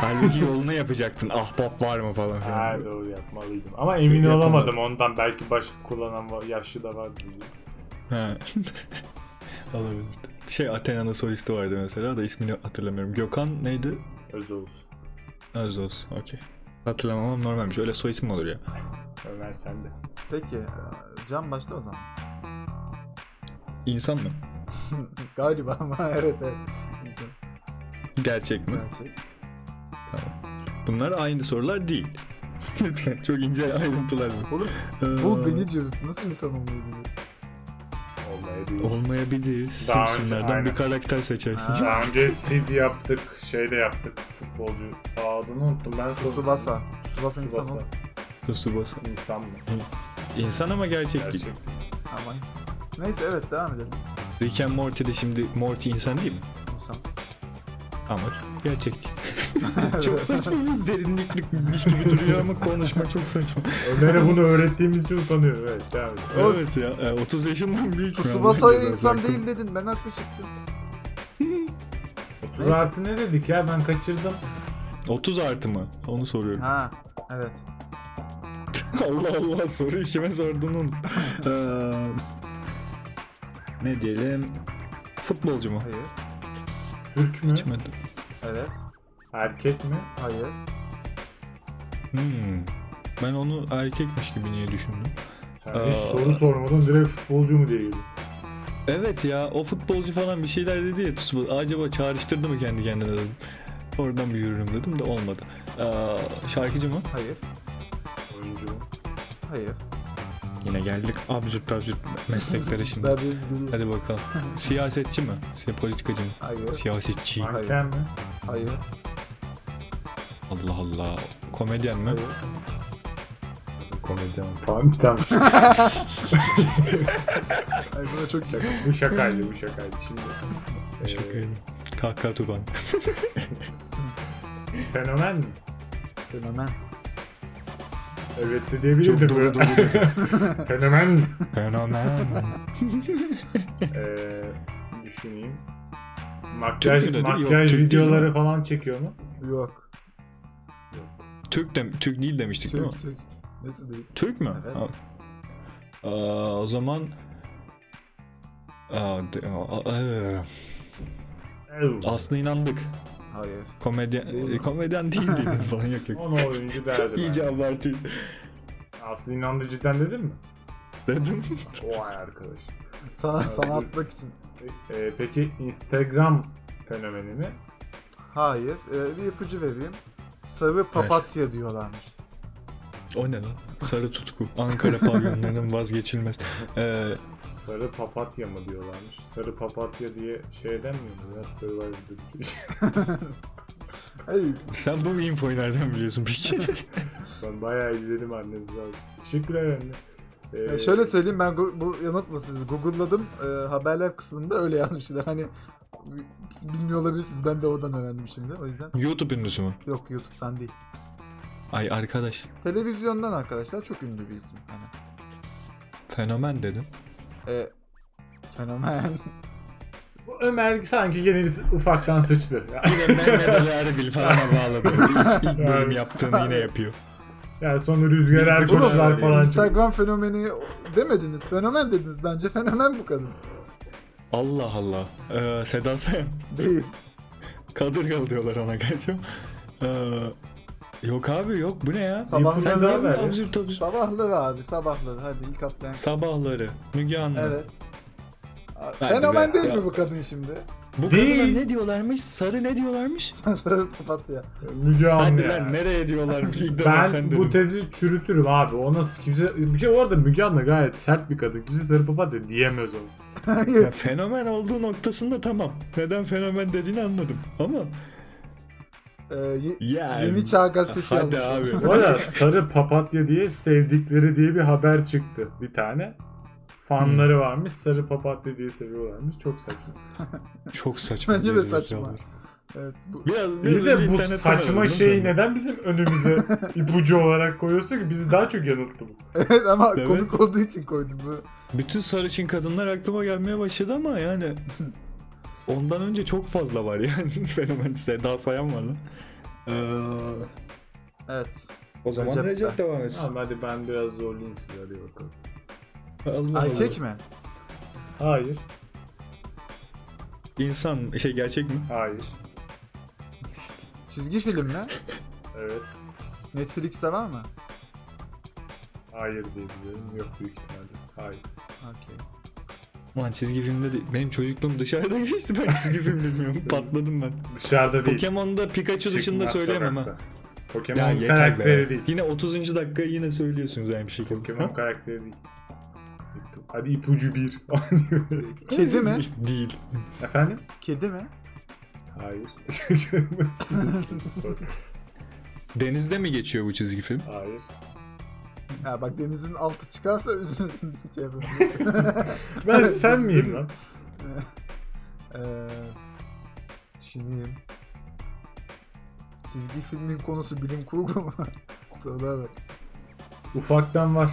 A: Halbuki yolunu yapacaktın. Ahbap var mı falan filan.
C: Ha doğru yapmalıydım. Ama emin
A: Yapamadım.
C: olamadım ondan. Belki başka kullanan va- yaşlı da vardı.
A: Ha. <laughs> Olabilir. Şey Athena'nın solisti vardı mesela da ismini hatırlamıyorum. Gökhan neydi?
C: Özoğuz.
A: Özoz. Okey. Hatırlamamam normalmiş. Öyle soy isim mi olur ya?
C: Ömer sende.
B: Peki e, Can başla o zaman. <laughs>
A: İnsan mı?
B: Galiba ama <laughs> evet evet. İnsan
A: Gerçek mi?
B: gerçek.
A: Bunlar aynı sorular değil. Lütfen <laughs> çok ince ayrıntılar bu.
B: Oğlum
A: Ee,
B: bu beni diyoruz. Nasıl insan olmayı bilir?
C: Olmayabilir.
A: Olmayabilir.
C: Daha önce,
A: Simpsonlardan
C: aynen.
A: bir karakter seçersin.
B: Ha.
C: Daha önce Sid yaptık. Şey de yaptık. Futbolcu. Aa, Adını unuttum ben sonra.
B: Tsubasa. Tsubasa insan
C: Tsubasa.
B: ol.
A: Tsubasa.
C: İnsan mı?
A: İnsan ama gerçek,
C: Gerçek.
A: gibi.
B: Ama insan. Neyse evet devam edelim.
A: Rick and Morty'de şimdi Morty insan değil mi?
B: İnsan.
A: Ama gerçek değil. <laughs> çok saçma bir derinliklikmiş gibi duruyor ama konuşma çok saçma.
C: Ömer'e bunu öğrettiğimiz için utanıyorum. Evet devam edelim.
A: evet ya e, 30 yaşından büyük. bir
B: Tsubasa
A: adam.
B: insan değil dedin. Ben haklı çıktım.
C: 30
B: Neyse.
C: artı ne dedik ya ben kaçırdım.
A: 30 artı mı? Onu soruyorum.
B: Ha evet.
A: <laughs> Allah Allah soruyu kime sordun onu? Ee, ne diyelim? Futbolcu mu?
B: Hayır.
C: Türk mü?
A: Geçmedi.
B: Evet.
C: Erkek mi?
B: Hayır.
A: Hmm. Ben onu erkekmiş gibi niye düşündüm?
C: Sen
A: Aa.
C: hiç soru sormadan direkt futbolcu mu diye girdin.
A: Evet ya o futbolcu falan bir şeyler dedi ya Tsubasa. Acaba çağrıştırdı mı kendi kendine dedim. Oradan bir yürürüm dedim de olmadı. Ee, şarkıcı mı?
B: Hayır.
C: Oyuncu mu?
B: Hayır.
A: Yine geldik absürt absürt mesleklere şimdi.
B: Ben bir gülüyorum.
A: Hadi <laughs> bakalım. Siyasetçi mi? Şey, politikacı mı?
B: Hayır.
A: Siyasetçi.
B: Hayır.
C: Manken mi?
B: Hayır.
A: Allah Allah. Komedyen mi?
B: Hayır.
C: Komedyen falan tamam.
B: Ay buna çok şaka.
C: <laughs> bu şakaydı bu şakaydı şimdi. ee,
A: Şakaydı. Kahkaha tuban.
C: e, Fenomen mi?
B: Fenomen.
C: Evet de
A: Çok
C: diyebilirdim.
A: dolu dolu.
C: <laughs> Fenomen mi?
A: <laughs> Fenomen.
C: Ee, düşüneyim. Makyaj,
A: mü dedi? Yok,
C: makyaj
A: Türk değil
C: videoları
A: mi?
C: falan çekiyor mu?
B: Yok.
A: Türk, de, Türk değil demiştik değil mi?
B: Türk Türk. Nasıl değil?
A: Türk mü?
B: Evet.
A: Ha. Aa, o zaman Aa, de- aa, ee.
C: Evet.
A: aslında inandık.
B: Hayır.
A: Komedyen,
B: Değil mi?
A: e, komedyen değil dedi <laughs> falan yok yok.
C: 10 oyuncu derdim.
A: İyice
C: ben.
A: abartı
C: Aslı inandı cidden dedin mi?
A: dedim.
C: Vay arkadaş.
B: Sana,
C: Evet.
B: sana atmak için.
C: E, peki Instagram fenomeni mi?
B: Hayır. Ee, bir ipucu vereyim. Sarı papatya diyorlarmış.
A: O ne lan? Sarı tutku. Ankara pavyonlarının vazgeçilmez. Ee,
C: Sarı papatya mı diyorlarmış? Sarı papatya diye şey denmiyor mu? Ya Survivor gibi bir şey. <laughs>
B: Ay,
A: sen bu infoyu nereden biliyorsun <laughs> peki?
C: Ben bayağı izledim annem sağ olsun. Teşekkürler anne. Ee,
B: e, şöyle söyleyeyim ben gu- bu yanıltma sizi. Google'ladım. Ee, haberler kısmında öyle yazmışlar. Hani bilmiyor olabilirsiniz. Ben de oradan öğrendim şimdi. O yüzden
A: YouTube ünlüsü mü?
B: yok YouTube'dan değil.
A: Ay arkadaş
B: Televizyondan arkadaşlar çok ünlü bir isim. Hani,
A: fenomen dedim.
B: e, fenomen.
C: Bu Ömer sanki gene biz ufaktan sıçtı.
A: Bir de Mehmet Ali Erbil falan bağladı. İlk, ilk bölüm
C: Yani.
A: yaptığını yine yapıyor.
C: yani sonra rüzgar
A: Oğlum,
C: erkoçlar falan çıktı.
B: Instagram fenomeni demediniz. Fenomen dediniz. Bence fenomen bu kadın.
A: Allah Allah. Ee, Seda Sayan.
B: Değil.
A: Kadırgalı diyorlar ona gerçi. Ee, yok abi yok bu ne ya?
B: Sabahları
A: Sen niye
C: haber
A: bu
C: ya?
A: absürt absürt-
B: Sabahları abi sabahları. Hadi ilk atlayan.
A: Sabahları. Müge Anlı.
B: Evet.
A: Hadi
B: Fenomen
A: be.
B: değil
A: Ya.
B: mi bu kadın şimdi? <laughs>
A: Bu
C: Değil.
A: kadına ne diyorlarmış? Sarı ne diyorlarmış?
B: Sarı papatya.
C: Müge Anlı
A: Hadi
C: ya.
A: lan nereye diyorlarmış? İlk defa sen
C: Ben bu
A: dedin.
C: tezi çürütürüm abi. O nasıl kimse... Bir kere orada Müge Anlı gayet sert bir kadın. Kimse sarı papatya diyemez onu.
A: Ya fenomen olduğu noktasında tamam. Neden fenomen dediğini anladım. Ama
B: Ee, ye-
A: yani.
B: yeni Çağ Gazetesi
A: Hadi
B: yazmış.
A: abi.
C: Bu arada sarı papatya diye sevdikleri diye bir haber çıktı bir tane. Fanları varmış sarı papatya diye seviyorlarmış. Çok saçma.
A: Çok saçma.
B: Bence de
A: gerizekalı.
B: saçma. Evet, bu... <laughs>
A: Biraz, biraz
C: Bir de
A: önce
C: bu
A: internetten
C: saçma
A: aradım
C: şeyi
A: seni.
C: neden bizim <laughs> önümüze ipucu olarak koyuyorsun ki bizi daha çok yanılttı bu.
B: evet ama
A: Evet.
B: komik olduğu için koydum bu.
A: Bütün sarışın kadınlar aklıma gelmeye başladı ama yani <laughs> ondan önce çok fazla var yani <laughs> fenomen daha sayan var lan. Ee,
B: Evet.
A: o zaman
B: Recep
A: Recep,
B: de.
A: devam etsin.
C: Tamam hadi ben biraz zorlayayım sizi hadi bakalım.
A: Allah
B: Erkek
A: Allah.
B: mi?
C: Hayır.
A: İnsan şey gerçek mi?
C: Hayır.
B: Çizgi
A: <laughs>
B: film mi?
C: Evet.
B: Netflix'te var mı?
C: Hayır diye biliyorum. Yok büyük ihtimalle. Hayır.
A: <laughs>
B: Okey.
A: Lan çizgi filmde de- benim çocukluğum dışarıda <laughs> geçti ben çizgi film
C: <laughs>
A: bilmiyorum patladım ben.
C: Dışarıda değil.
A: Pokemon'da Pikachu dışında
C: Çıkmaz
A: söyleyemem ha.
C: sokakta. Pokemon
A: Ya yeter
C: karakteri
A: be.
C: değil.
A: Yine 30. dakika yine söylüyorsunuz aynı şekilde. <laughs>
C: Pokemon
A: Ha?
C: karakteri değil. Hadi ipucu bir. <laughs>
B: Kedi Şey mi?
A: Değil.
C: Efendim?
B: Kedi mi?
C: Hayır. <laughs> Nasıl bir soru?
A: Denizde mi geçiyor bu çizgi film?
C: Hayır.
B: Ya bak denizin altı çıkarsa üzülürsün. Şey yapayım.
C: <laughs>
A: <laughs>
C: Ben sen miyim lan?
B: Ee, düşüneyim. Çizgi filmin konusu bilim kurgu mu? <laughs> Sorular bak.
C: Ufaktan var.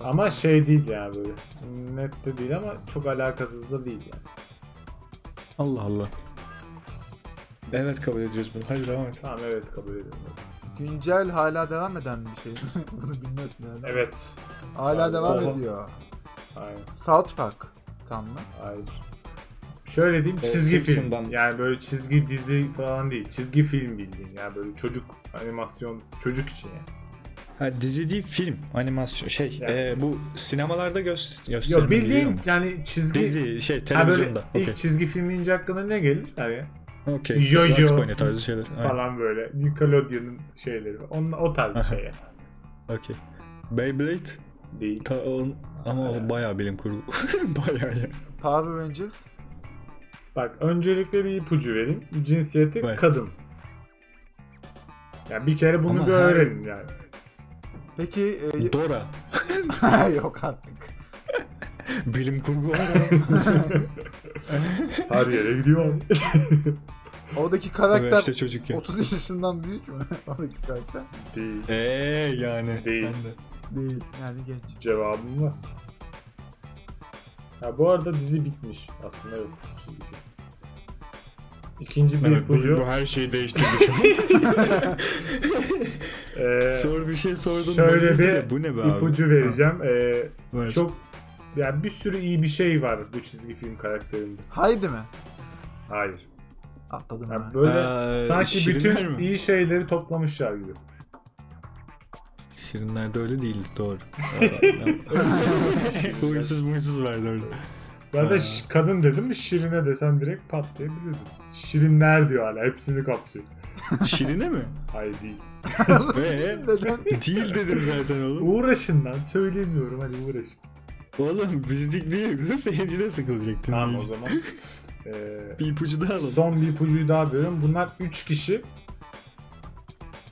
C: Ama şey değil ya böyle. Net de değil ama çok alakasız da değil yani.
A: Allah Allah. Evet kabul ediyoruz bunu. Hadi devam et.
C: Tamam evet kabul ediyorum.
B: Güncel hala devam eden bir şey. mi? <laughs> Bunu bilmezsin herhalde.
C: Evet.
B: Hala devam
C: Oha.
B: ediyor.
C: Hayır.
B: South Park. Tam mı?
C: Hayır. Şöyle diyeyim
A: Ee,
C: çizgi
A: Simpson'dan-
C: film. Yani böyle çizgi dizi falan değil. Çizgi film bildiğin. Yani böyle çocuk animasyon çocuk için yani.
A: Ha dizi değil film, animasyon şey.
C: Yani.
A: e, bu sinemalarda göster gösterme
C: Ya
A: geliyor
C: bildiğin
A: mu?
C: yani çizgi
A: dizi şey
C: Ha böyle
A: televizyonda.
C: ilk çizgi film deyince aklına ne gelir? Hani
A: Okey. Okay.
C: Jojo
A: tarzı şeyler. Falan.
C: falan böyle Nickelodeon'un şeyleri. Onun, o tarz bir şey. yani.
A: Okey. Beyblade
C: Değil.
A: ta, on, ama o
C: Evet.
A: bayağı bilim kurgu. <laughs> bayağı ya.
B: Power Rangers.
C: Bak öncelikle bir ipucu vereyim. Cinsiyeti
A: Ver.
C: kadın. Ya bir kere bunu
A: Ama
C: bir
A: her-
C: öğrenin yani.
B: Peki
A: Dora.
C: <laughs>
B: e, <laughs> yok artık.
A: Bilim kurgu var
C: <laughs>
A: ya.
C: Her yere gidiyor.
B: Oradaki
A: Ben
B: karakter
A: işte çocukken.
B: 30 yaşından büyük mü? <laughs> Oradaki karakter.
C: <laughs> Değil.
A: Eee Ee, yani.
C: Değil.
A: Ben de.
B: Değil. Yani genç.
C: Cevabım var. Ya bu arada dizi bitmiş. Aslında yok. çizgi film. İkinci bir
D: Evet, bu,
C: ipucu.
D: bu her şeyi değiştirdi
C: <laughs>
D: şu an.
A: <laughs>
C: Ee,
A: Sor bir şey sordun.
C: şöyle
A: böyleydi
C: bir
A: de bu ne be abi?
C: ipucu vereceğim. Ee,
A: Ha, evet.
C: Çok yani bir sürü iyi bir şey var bu çizgi film karakterinde.
B: Haydi mi?
C: Hayır.
B: Atladım
C: Yani
B: ben.
C: böyle
A: Ee,
C: sanki
A: Şirinler
C: bütün
A: mi?
C: iyi şeyleri toplamışlar gibi.
A: Şirinlerde öyle değil
C: <laughs>
A: doğru. Huysuz muysuz verdi öyle.
C: Ben
A: Ha.
C: de ş- kadın dedim mi şirine desen direkt patlayabilirdin. Şirinler diyor hala hepsini kapsıyor.
A: Şirine mi?
C: Hayır değil.
A: Ve
B: Neden?
A: değil dedim zaten oğlum.
C: Uğraşın lan söyleyemiyorum hadi uğraşın.
A: Oğlum bizlik değil. <laughs> Seyirci de sıkılacak.
C: Tamam o
A: dinleyici. <laughs>
C: zaman. Ee,
A: Bir ipucu daha alalım.
C: son bir ipucuyu daha veriyorum. Bunlar 3 kişi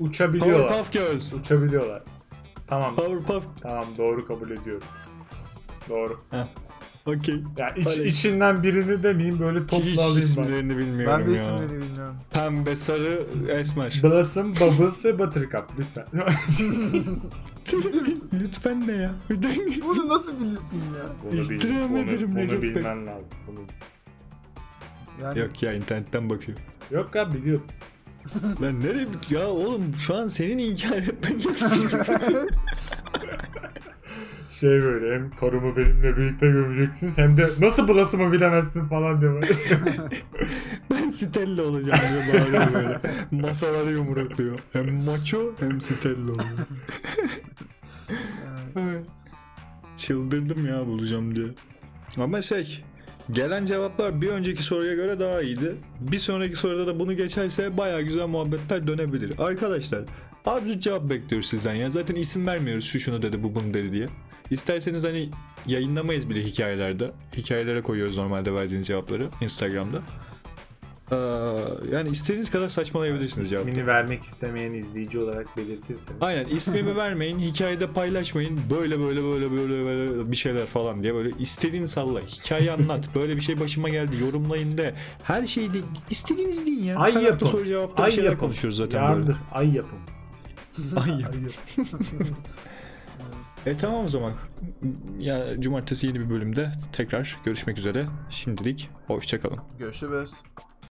C: uçabiliyorlar.
A: Powerpuff Girls.
C: Uçabiliyorlar. Tamam
A: Powerpuff.
C: tamam doğru kabul ediyorum. Doğru.
A: Okey.
C: Ya iç-
A: Oley.
C: içinden birini demeyeyim böyle toplu
A: Hiç
C: alayım ben.
A: isimlerini bilmiyorum
B: Ben de
A: ya.
B: isimlerini bilmiyorum.
A: Pembe, sarı, esmer.
C: Blossom, Bubbles ve Buttercup lütfen.
A: <laughs> Lütfen ne ya? Bir dakika.
B: Bunu nasıl bilirsin ya?
C: Bunu bil-
A: İstirham
C: bunu-
A: ederim
C: Bunu
A: Recep Bey.
C: bilmen lazım. Bunu-
B: Yani
A: Yok ya internetten bakıyor.
C: Yok ya biliyorum.
A: Ben nereye... Ya oğlum şu an senin inkar etmen lazım.
C: Şey böyle hem karımı benimle birlikte gömeceksiniz hem de nasıl Blossom'ı bilemezsin falan
A: <laughs>
C: diye böyle.
A: ben Stella olacağım diye bağırıyor böyle. Masaları yumrukluyor. Hem maço hem Stella oluyor.
B: e,
A: Ay. Çıldırdım ya bulacağım diye. Ama şey gelen cevaplar bir önceki soruya göre daha iyiydi. Bir sonraki soruda da bunu geçerse baya güzel muhabbetler dönebilir. Arkadaşlar absürt cevap bekliyoruz sizden ya. Zaten isim vermiyoruz şu şunu dedi bu bunu dedi diye. İsterseniz hani yayınlamayız bile hikayelerde. Hikayelere koyuyoruz normalde verdiğiniz cevapları Instagram'da. Ee, yani istediğiniz kadar saçmalayabilirsiniz cevapları.
C: İsmini vermek istemeyen izleyici olarak belirtirseniz.
A: Aynen ismimi vermeyin, hikayede paylaşmayın. Böyle böyle böyle böyle böyle bir şeyler falan diye böyle istediğin salla. Hikaye
C: <laughs>
A: anlat. Böyle bir şey başıma geldi. Yorumlayın de. Her şeyi de istediğiniz deyin ya.
C: Ay
A: Her hafta
C: yapın.
A: soru cevapta bir şeyler konuşuyoruz zaten
C: Yardır.
A: böyle.
C: Ay yapın.
A: Ay yapın.
B: hayır.
A: E tamam o zaman. Ya cumartesi yeni bir bölümde tekrar görüşmek üzere. Şimdilik hoşça kalın.
B: Görüşürüz.